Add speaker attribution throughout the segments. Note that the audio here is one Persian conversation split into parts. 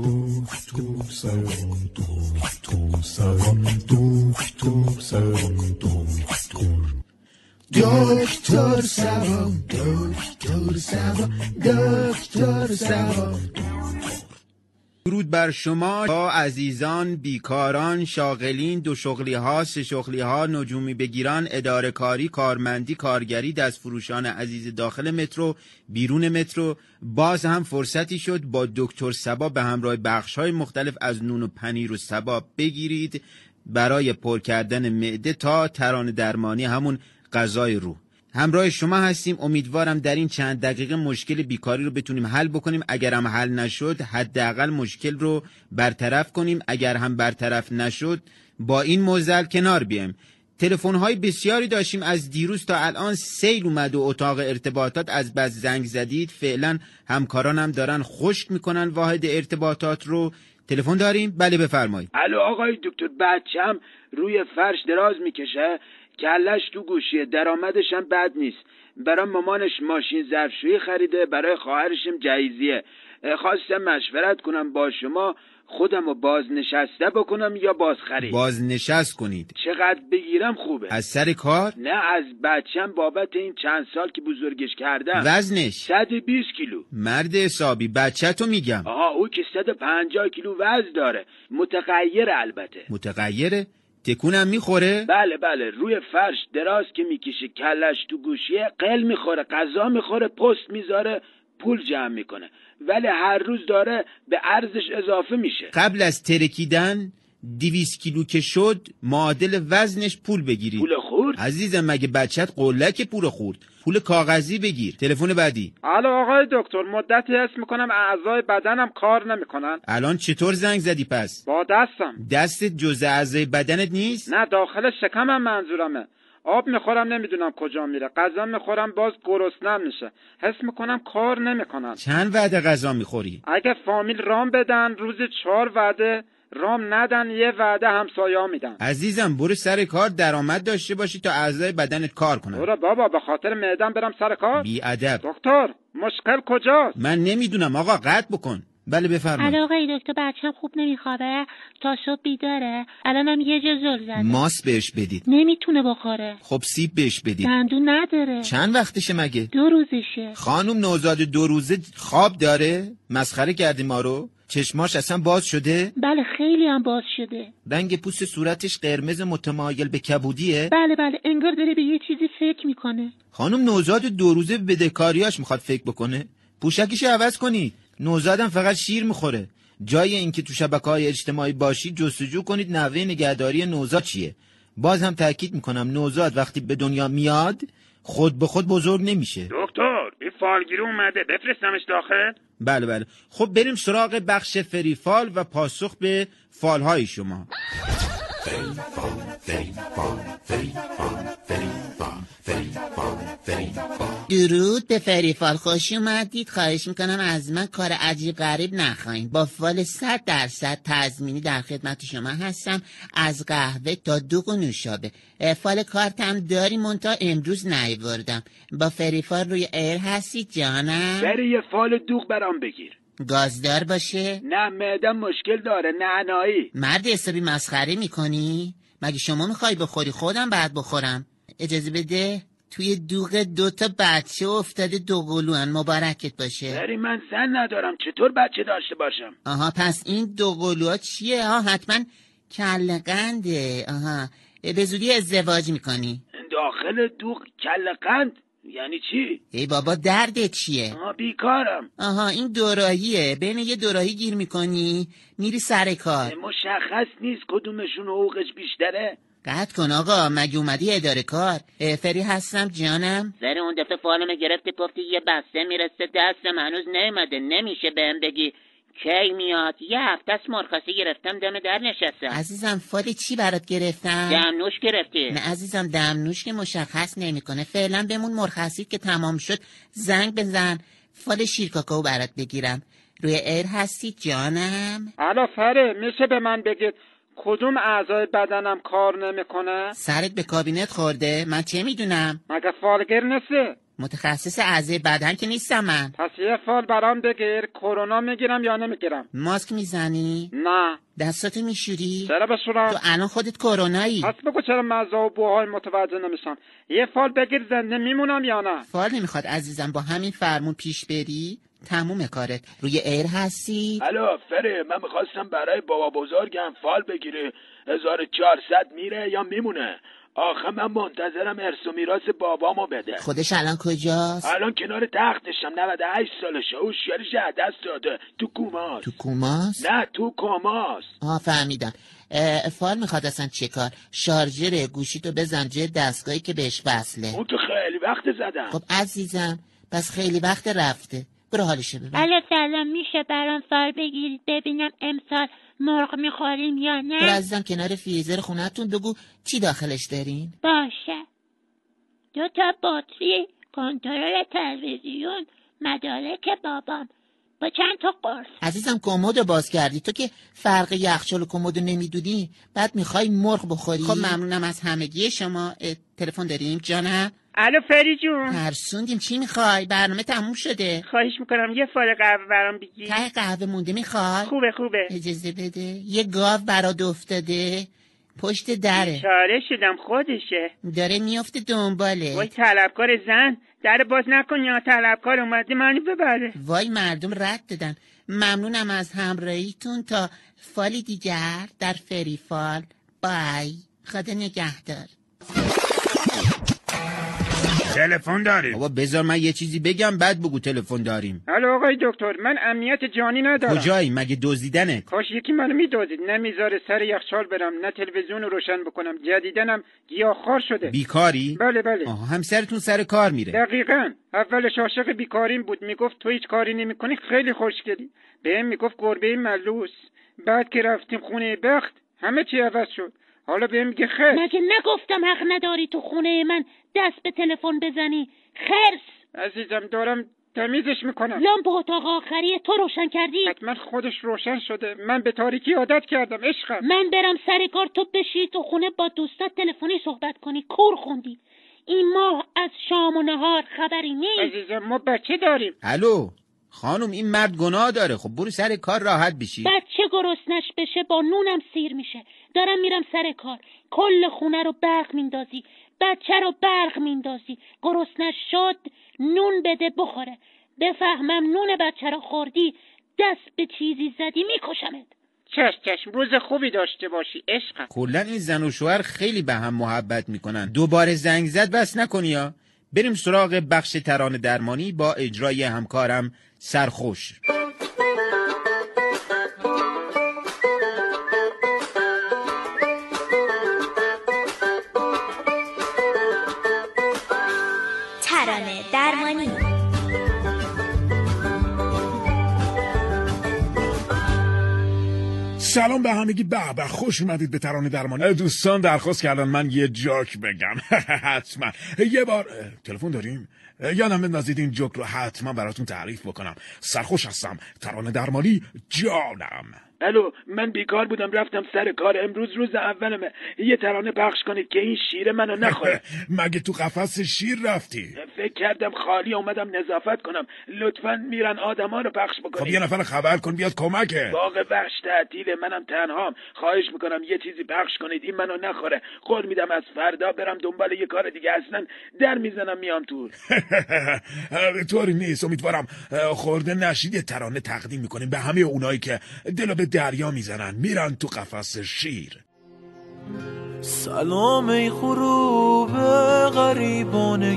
Speaker 1: دوست تو سرم دوست تو سرم دوست تو سرم دوست تو
Speaker 2: دکتر سوام دکتر سوام دکتر سوام
Speaker 3: درود بر شما با عزیزان بیکاران شاغلین دو شغلی ها سه شغلی ها نجومی بگیران اداره کاری کارمندی کارگری دست فروشان عزیز داخل مترو بیرون مترو باز هم فرصتی شد با دکتر سبا به همراه بخش های مختلف از نون و پنیر و سبا بگیرید برای پر کردن معده تا تران درمانی همون غذای روح همراه شما هستیم امیدوارم در این چند دقیقه مشکل بیکاری رو بتونیم حل بکنیم اگر هم حل نشد حداقل مشکل رو برطرف کنیم اگر هم برطرف نشد با این موزل کنار بیایم تلفن های بسیاری داشتیم از دیروز تا الان سیل اومد و اتاق ارتباطات از بس زنگ زدید فعلا همکارانم دارن خشک میکنن واحد ارتباطات رو تلفن داریم بله بفرمایید
Speaker 4: الو آقای دکتر بچم روی فرش دراز میکشه کلش تو گوشیه درآمدش هم بد نیست برای مامانش ماشین ظرفشویی خریده برای خواهرشم جهیزیه خواستم مشورت کنم با شما خودم رو بازنشسته بکنم یا بازخرید
Speaker 3: بازنشست کنید
Speaker 4: چقدر بگیرم خوبه
Speaker 3: از سر کار
Speaker 4: نه از بچم بابت این چند سال که بزرگش کردم
Speaker 3: وزنش
Speaker 4: 120 کیلو
Speaker 3: مرد حسابی بچه تو میگم
Speaker 4: آها او که 150 کیلو وزن داره متغیر البته
Speaker 3: متغیره تکونم میخوره
Speaker 4: بله بله روی فرش دراز که میکشه کلش تو گوشیه قل میخوره غذا میخوره پست میذاره پول جمع میکنه ولی هر روز داره به ارزش اضافه میشه
Speaker 3: قبل از ترکیدن دیویس کیلو که شد معادل وزنش پول بگیری
Speaker 4: پول خورد
Speaker 3: عزیزم مگه بچت قلک پول خورد پول کاغذی بگیر تلفن بعدی
Speaker 5: الو آقای دکتر مدتی حس میکنم اعضای بدنم کار نمیکنن
Speaker 3: الان چطور زنگ زدی پس
Speaker 5: با دستم
Speaker 3: دستت جز اعضای بدنت نیست
Speaker 5: نه داخل شکمم منظورمه آب میخورم نمیدونم کجا میره غذا میخورم باز گرسنم میشه حس میکنم کار نمیکنم
Speaker 3: چند وعده غذا میخوری
Speaker 5: اگه فامیل رام بدن روز چهار وعده رام ندن یه وعده همسایا میدن
Speaker 3: عزیزم برو سر کار درآمد داشته باشی تا اعضای بدنت کار کنن
Speaker 5: برو بابا به خاطر معدم برم سر کار
Speaker 3: بی ادب
Speaker 5: دکتر مشکل کجاست
Speaker 3: من نمیدونم آقا قطع بکن بله بفرمایید
Speaker 6: الو آقای دکتر بچم خوب نمیخوابه تا صبح بیداره الانم یه جا زل زده
Speaker 3: ماس بهش بدید
Speaker 6: نمیتونه بخوره
Speaker 3: خب سیب بهش بدید
Speaker 6: دندون نداره
Speaker 3: چند وقتشه مگه
Speaker 6: دو روزشه
Speaker 3: خانم نوزاد دو روزه خواب داره مسخره کردی ما رو چشماش اصلا باز شده
Speaker 6: بله خیلی هم باز شده
Speaker 3: رنگ پوست صورتش قرمز متمایل به کبودیه
Speaker 6: بله بله انگار داره به یه چیزی فکر میکنه
Speaker 3: خانم نوزاد دو روزه به بدهکاریاش میخواد فکر بکنه پوشکش عوض کنید نوزادم فقط شیر میخوره جای اینکه تو شبکه های اجتماعی باشید جستجو کنید نحوه نگهداری نوزاد چیه باز هم تاکید میکنم نوزاد وقتی به دنیا میاد خود به خود بزرگ نمیشه
Speaker 5: دکتر این فالگیری اومده بفرستمش داخل
Speaker 3: بله بله خب بریم سراغ بخش فریفال و پاسخ به فالهای شما
Speaker 7: درود به فریفال خوش اومدید خواهش میکنم از من کار عجیب غریب نخواین با فال صد درصد تضمینی در خدمت شما هستم از قهوه تا دوغ و نوشابه اه، فال کارتم داری منتها امروز نیوردم با فریفال روی ایر هستی جانم
Speaker 4: بره یه فال دوغ برام بگیر
Speaker 7: گازدار باشه
Speaker 4: نه معدم مشکل داره نه عنایی
Speaker 7: مرد حسابی مسخره میکنی مگه شما میخوای بخوری خودم بعد بخورم اجازه بده توی دوغ دوتا بچه افتاده دو قلوان مبارکت باشه
Speaker 4: ولی من زن ندارم چطور بچه داشته باشم
Speaker 7: آها پس این دو قلوها چیه ها حتما کل قنده آها اه، به زودی ازدواج میکنی
Speaker 4: داخل دوغ کل قند یعنی چی
Speaker 7: ای بابا درد چیه
Speaker 4: آها بیکارم
Speaker 7: آها این دوراییه بین یه دوراهی گیر میکنی میری سر کار
Speaker 4: مشخص نیست کدومشون حقوقش بیشتره
Speaker 7: قطع کن آقا مگه اومدی اداره کار اه، فری هستم جانم
Speaker 8: سر اون دفعه فالمه گرفتی گفتی یه بسته میرسه دستم هنوز نیومده نمیشه بهم بگی کی میاد یه هفته است مرخصی گرفتم دم در نشستم
Speaker 7: عزیزم فال چی برات گرفتم
Speaker 8: دمنوش گرفتی
Speaker 7: نه عزیزم دمنوش که مشخص نمیکنه فعلا بمون مرخصی که تمام شد زنگ بزن فال شیرکاکاو برات بگیرم روی ایر هستی جانم
Speaker 5: الو فره میشه به من بگید کدوم اعضای بدنم کار نمیکنه
Speaker 7: سرت به کابینت خورده من چه میدونم
Speaker 5: مگه فالگر نیستی
Speaker 7: متخصص اعضای بدن که نیستم من
Speaker 5: پس یه فال برام بگیر کرونا میگیرم یا نمیگیرم
Speaker 7: ماسک میزنی
Speaker 5: نه
Speaker 7: دستاتو میشوری
Speaker 5: چرا بشورم
Speaker 7: تو الان خودت کرونایی
Speaker 5: پس بگو چرا مزه و بوهای متوجه نمیشم یه فال بگیر زنده میمونم یا نه
Speaker 7: فال نمیخواد عزیزم با همین فرمون پیش بری تموم کارت روی ایر هستی
Speaker 4: الو فری من میخواستم برای بابا بزرگم فال بگیره 1400 میره یا میمونه آخه من منتظرم ارث و میراث بابامو بده
Speaker 7: خودش الان کجاست
Speaker 4: الان کنار تختشم 98 سالشه هوشیاریش از دست داده تو کوماست
Speaker 7: تو کوماست
Speaker 4: نه تو کماست
Speaker 7: آه فهمیدم اه، فال میخواد اصلا چه کار شارژر گوشیتو بزن جه دستگاهی که بهش وصله
Speaker 4: اون تو خیلی وقت زدم
Speaker 7: خب عزیزم پس خیلی وقت رفته برو حالشه
Speaker 3: بله.
Speaker 7: ببین
Speaker 6: الو سلام میشه برام فال بگیرید ببینم امسال مرغ میخوریم یا
Speaker 7: برو
Speaker 6: نه
Speaker 7: عزیزم کنار فریزر خونهتون بگو چی داخلش دارین
Speaker 6: باشه دو تا بطری کنترل تلویزیون مدارک بابام با چند تا قرص
Speaker 7: عزیزم کمد رو باز کردی تو که فرق یخچال و کمد رو نمیدونی بعد میخوای مرغ بخوری خب ممنونم از همگی شما اه، تلفن داریم جانم
Speaker 9: الو فری جون
Speaker 7: ترسوندیم چی میخوای برنامه تموم شده
Speaker 9: خواهش میکنم یه فال قهوه برام بگی
Speaker 7: ته قهوه مونده میخوای
Speaker 9: خوبه خوبه
Speaker 7: اجازه بده یه گاو برات افتاده پشت دره
Speaker 9: چاره شدم خودشه
Speaker 7: داره میفته
Speaker 9: وای
Speaker 7: دنباله
Speaker 9: طلبکار زن در باز نکن یا طلبکار اومده منو ببره
Speaker 7: وای مردم رد دادن ممنونم از همراهیتون تا فالی دیگر در فریفال بای خدا نگهدار
Speaker 3: تلفن داریم بابا بذار من یه چیزی بگم بعد بگو تلفن داریم
Speaker 5: الو آقای دکتر من امنیت جانی ندارم
Speaker 3: کجایی مگه دزدیدنه
Speaker 5: کاش یکی منو میدازید نه میذاره سر یخچال برم نه تلویزیون رو روشن بکنم جدیدنم گیاهخوار شده
Speaker 3: بیکاری
Speaker 5: بله بله
Speaker 3: آها همسرتون سر کار میره
Speaker 5: دقیقا اولش عاشق بیکاریم بود میگفت تو هیچ کاری نمیکنی خیلی خوشگلی بهم میگفت گربه ملوس بعد که رفتیم خونه بخت همه چی عوض شد حالا بهم میگه خیر
Speaker 6: مگه نگفتم حق نداری تو خونه من دست به تلفن بزنی خرس
Speaker 5: عزیزم دارم تمیزش میکنم
Speaker 6: لامپ اتاق آخری تو روشن کردی
Speaker 5: حتما خودش روشن شده من به تاریکی عادت کردم عشقم
Speaker 6: من برم سر کار تو بشی تو خونه با دوستات تلفنی صحبت کنی کور خوندی این ماه از شام و نهار خبری نیست
Speaker 5: عزیزم ما بچه داریم
Speaker 3: الو خانم این مرد گناه داره خب برو سر کار راحت بشی
Speaker 6: بچه گرسنش بشه با نونم سیر میشه دارم میرم سر کار کل خونه رو برق میندازی بچه رو برق میندازی گرسنش شد نون بده بخوره بفهمم نون بچه رو خوردی دست به چیزی زدی میکشمت
Speaker 5: چشم چشم روز خوبی داشته باشی عشقم
Speaker 3: کلا این زن و شوهر خیلی به هم محبت میکنن دوباره زنگ زد بس نکنی یا بریم سراغ بخش ترانه درمانی با اجرای همکارم سرخوش
Speaker 10: ترانه درمانی
Speaker 1: سلام به همگی به به خوش اومدید به ترانه درمانی دوستان درخواست کردن من یه جاک بگم حتما یه بار اه، تلفن داریم اه، یادم بندازید این جوک رو حتما براتون تعریف بکنم سرخوش هستم ترانه درمانی جانم
Speaker 4: الو من بیکار بودم رفتم سر کار امروز روز اولمه یه ترانه پخش کنید که این شیره منو نخوره
Speaker 1: مگه تو قفس شیر رفتی
Speaker 4: فکر کردم خالی اومدم نظافت کنم لطفا میرن آدما رو پخش
Speaker 1: خب یه
Speaker 4: بکنید
Speaker 1: نفر خبر کن بیاد کمکه
Speaker 4: باغ بخش تعطیله منم تنهام خواهش میکنم یه چیزی پخش کنید این منو نخوره قول میدم از فردا برم دنبال یه کار دیگه اصلا در میزنم میام تو
Speaker 1: طوری نیست امیدوارم اه، خورده نشید یه ترانه تقدیم میکنیم به همه اونایی که دل به دریا میزنن میرن تو قفس شیر
Speaker 11: سلام ای غروب غریبانه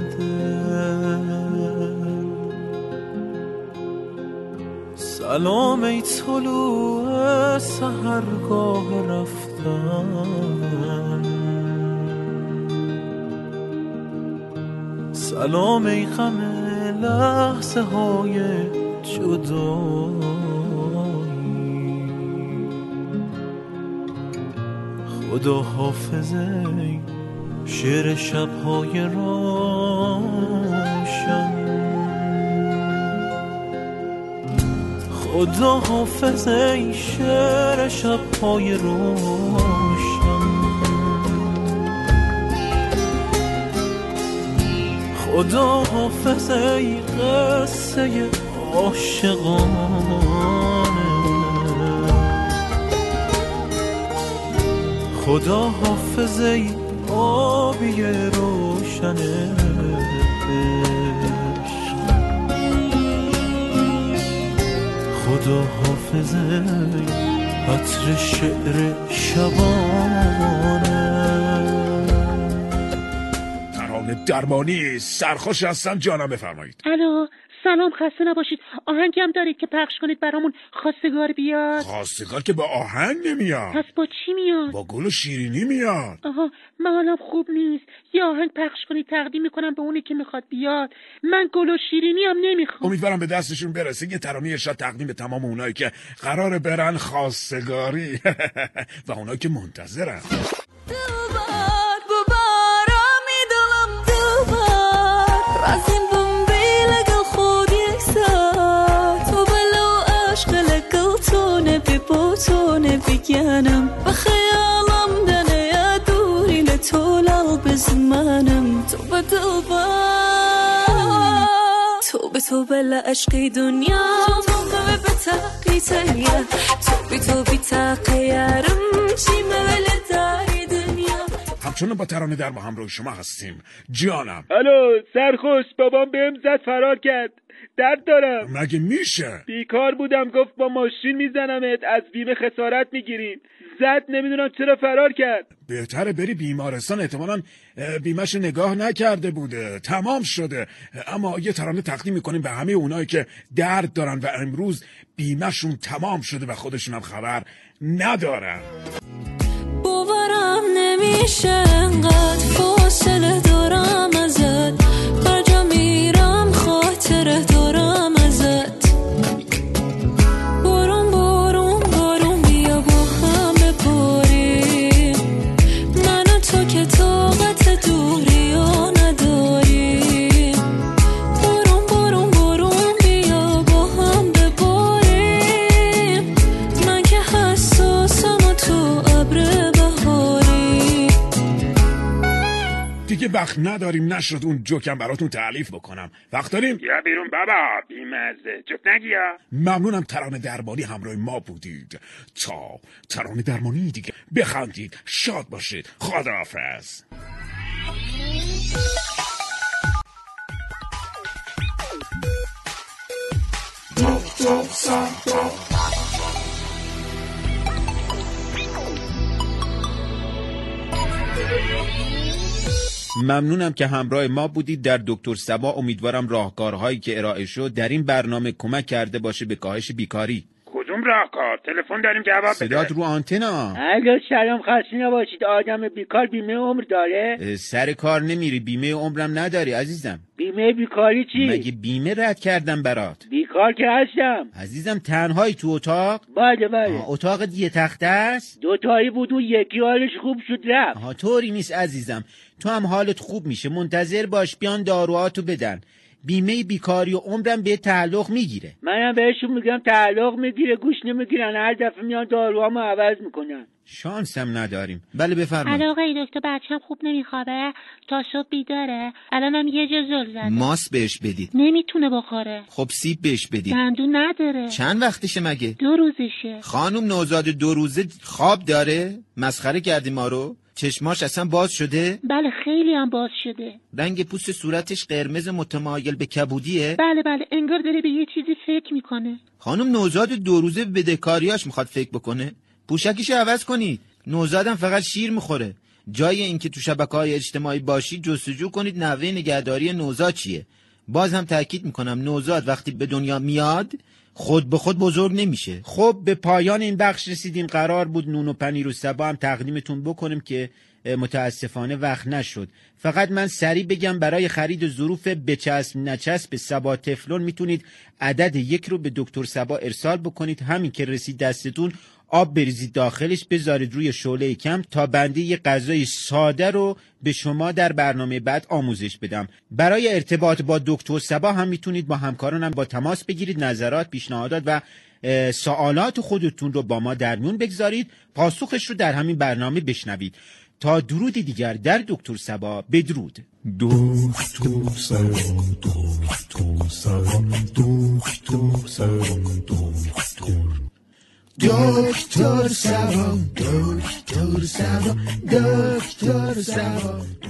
Speaker 11: دل سلام ای طلوع سهرگاه رفتن سلام ای غم لحظه های جدایی خدا حافظ ای شعر شبهای روشن خدا حافظ ای شعر شبهای روشن خدا حافظ ای قصه عاشقانه خدا حافظ ای آبی روشن عشق. خدا حافظ ای عطر شعر شبانه
Speaker 1: ترانه درمانی سرخوش هستم جانم بفرمایید
Speaker 6: الو سلام خسته نباشید آهنگم دارید که پخش کنید برامون خواستگار بیاد
Speaker 1: خواستگار که با آهنگ نمیاد
Speaker 6: پس با چی میاد
Speaker 1: با گل و شیرینی میاد
Speaker 6: آها من حالم خوب نیست یه آهنگ پخش کنید تقدیم میکنم به اونی که میخواد بیاد من گل و شیرینی هم نمیخوام
Speaker 1: امیدوارم به دستشون برسه یه ترانه شاد تقدیم به تمام اونایی که قرار برن خواستگاری و اونایی که منتظرن
Speaker 10: دوبار ببار امیدلم دوبار رازیم بم بیلگ خود یک ساعت تو بلو عشق لگل تونه بی بوتونه بگنم بخیالم دنه یا دوری لطول قلب زمانم تو به دوبار تو به تو بلا عشقی دنیا تو قوه به تقیتنیا تو بی تو بی تقیارم چی مولا داری دنیا
Speaker 1: همچنان با ترانه در ما همراه شما هستیم جانم
Speaker 5: الو سرخوش بابام بهم زد فرار کرد درد دارم
Speaker 1: مگه میشه
Speaker 5: بیکار بودم گفت با ماشین میزنمت از بیمه خسارت میگیریم زد نمیدونم چرا فرار کرد
Speaker 1: بهتره بری بیمارستان احتمالا اه، بیمش رو نگاه نکرده بوده تمام شده اما یه ترانه تقدیم میکنیم به همه اونایی که درد دارن و امروز بیمشون تمام شده و خودشون هم خبر ندارن
Speaker 10: باورم نمیشه انقدر فاصله دارم ازت هر جا میرم خاطره دارم ازت بارون بارون بارون بیا با هم بپاریم من و تو که طاقت دوری ها نداریم بارون بارون بارون بیا با هم بباریم من که حساسم و تو ابر بهاری
Speaker 1: دیگه وقت نداریم نشد اون جوکم براتون تعلیف بکنم وقت داریم
Speaker 5: یا بیرون بابا بیمزه جفت نگیا
Speaker 1: ممنونم ترانه دربانی همراه ما بودید تا ترانه درمانی دیگه بخندید شاد باشید خداحافظ
Speaker 3: ممنونم که همراه ما بودید در دکتر سبا امیدوارم راهکارهایی که ارائه شد در این برنامه کمک کرده باشه به کاهش بیکاری
Speaker 5: کدوم راهکار تلفن داریم جواب بده
Speaker 3: صدات رو آنتنا
Speaker 4: الو سلام خسته نباشید آدم بیکار بیمه عمر داره
Speaker 3: اه، سر کار نمیری بیمه عمرم نداری عزیزم
Speaker 4: بیمه بیکاری
Speaker 3: مگه
Speaker 4: چی
Speaker 3: بیمه رد کردم برات
Speaker 4: بیکار که هستم
Speaker 3: عزیزم تنهایی تو اتاق
Speaker 4: بله بله
Speaker 3: آه، اتاقت یه تخته است
Speaker 4: دوتایی بود اون یکی حالش خوب شد رفت
Speaker 3: آها طوری نیست عزیزم تو هم حالت خوب میشه منتظر باش بیان داروهاتو بدن بیمه بیکاری و عمرم به تعلق میگیره
Speaker 4: منم بهشون میگم تعلق میگیره گوش نمیگیرن هر دفعه میان داروهامو عوض میکنن
Speaker 3: شانسم نداریم بله
Speaker 6: الو
Speaker 3: بفرمایید
Speaker 6: آقای دکتر بچم خوب نمیخوابه تا صبح بیداره الانم یه جا زل زده
Speaker 12: ماس بهش بدید
Speaker 6: نمیتونه بخوره
Speaker 12: خب سیب بهش بدید
Speaker 6: دندون نداره
Speaker 12: چند وقتشه مگه
Speaker 6: دو روزشه
Speaker 12: خانم نوزاد دو روزه خواب داره مسخره کردی ما رو چشماش اصلا باز شده
Speaker 6: بله خیلی هم باز شده
Speaker 12: رنگ پوست صورتش قرمز متمایل به کبودیه
Speaker 6: بله بله انگار داره به یه چیزی فکر میکنه
Speaker 12: خانم نوزاد دو روزه به بدهکاریاش میخواد فکر بکنه پوشکیشو عوض کنید نوزادم فقط شیر میخوره جای اینکه تو شبکه های اجتماعی باشید جستجو کنید نحوه نگهداری نوزاد چیه باز هم تاکید میکنم نوزاد وقتی به دنیا میاد خود به خود بزرگ نمیشه
Speaker 3: خب به پایان این بخش رسیدیم قرار بود نون و پنیر و سبا هم تقدیمتون بکنیم که اه، متاسفانه وقت نشد فقط من سریع بگم برای خرید ظروف بچسب نچسب سبا تفلون میتونید عدد یک رو به دکتر سبا ارسال بکنید همین که رسید دستتون آب بریزید داخلش بذارید روی شعله کم تا بنده یه غذای ساده رو به شما در برنامه بعد آموزش بدم برای ارتباط با دکتر سبا هم میتونید با همکارانم با تماس بگیرید نظرات پیشنهادات و اه، سوالات خودتون رو با ما در میون بگذارید پاسخش رو در همین برنامه بشنوید تا درود دیگر در دکتر سبا بدرود
Speaker 13: دکتر سبا دکتر سبا دکتر سبا دکتر
Speaker 4: دکتر سبا دکتر سبا دکتر سبا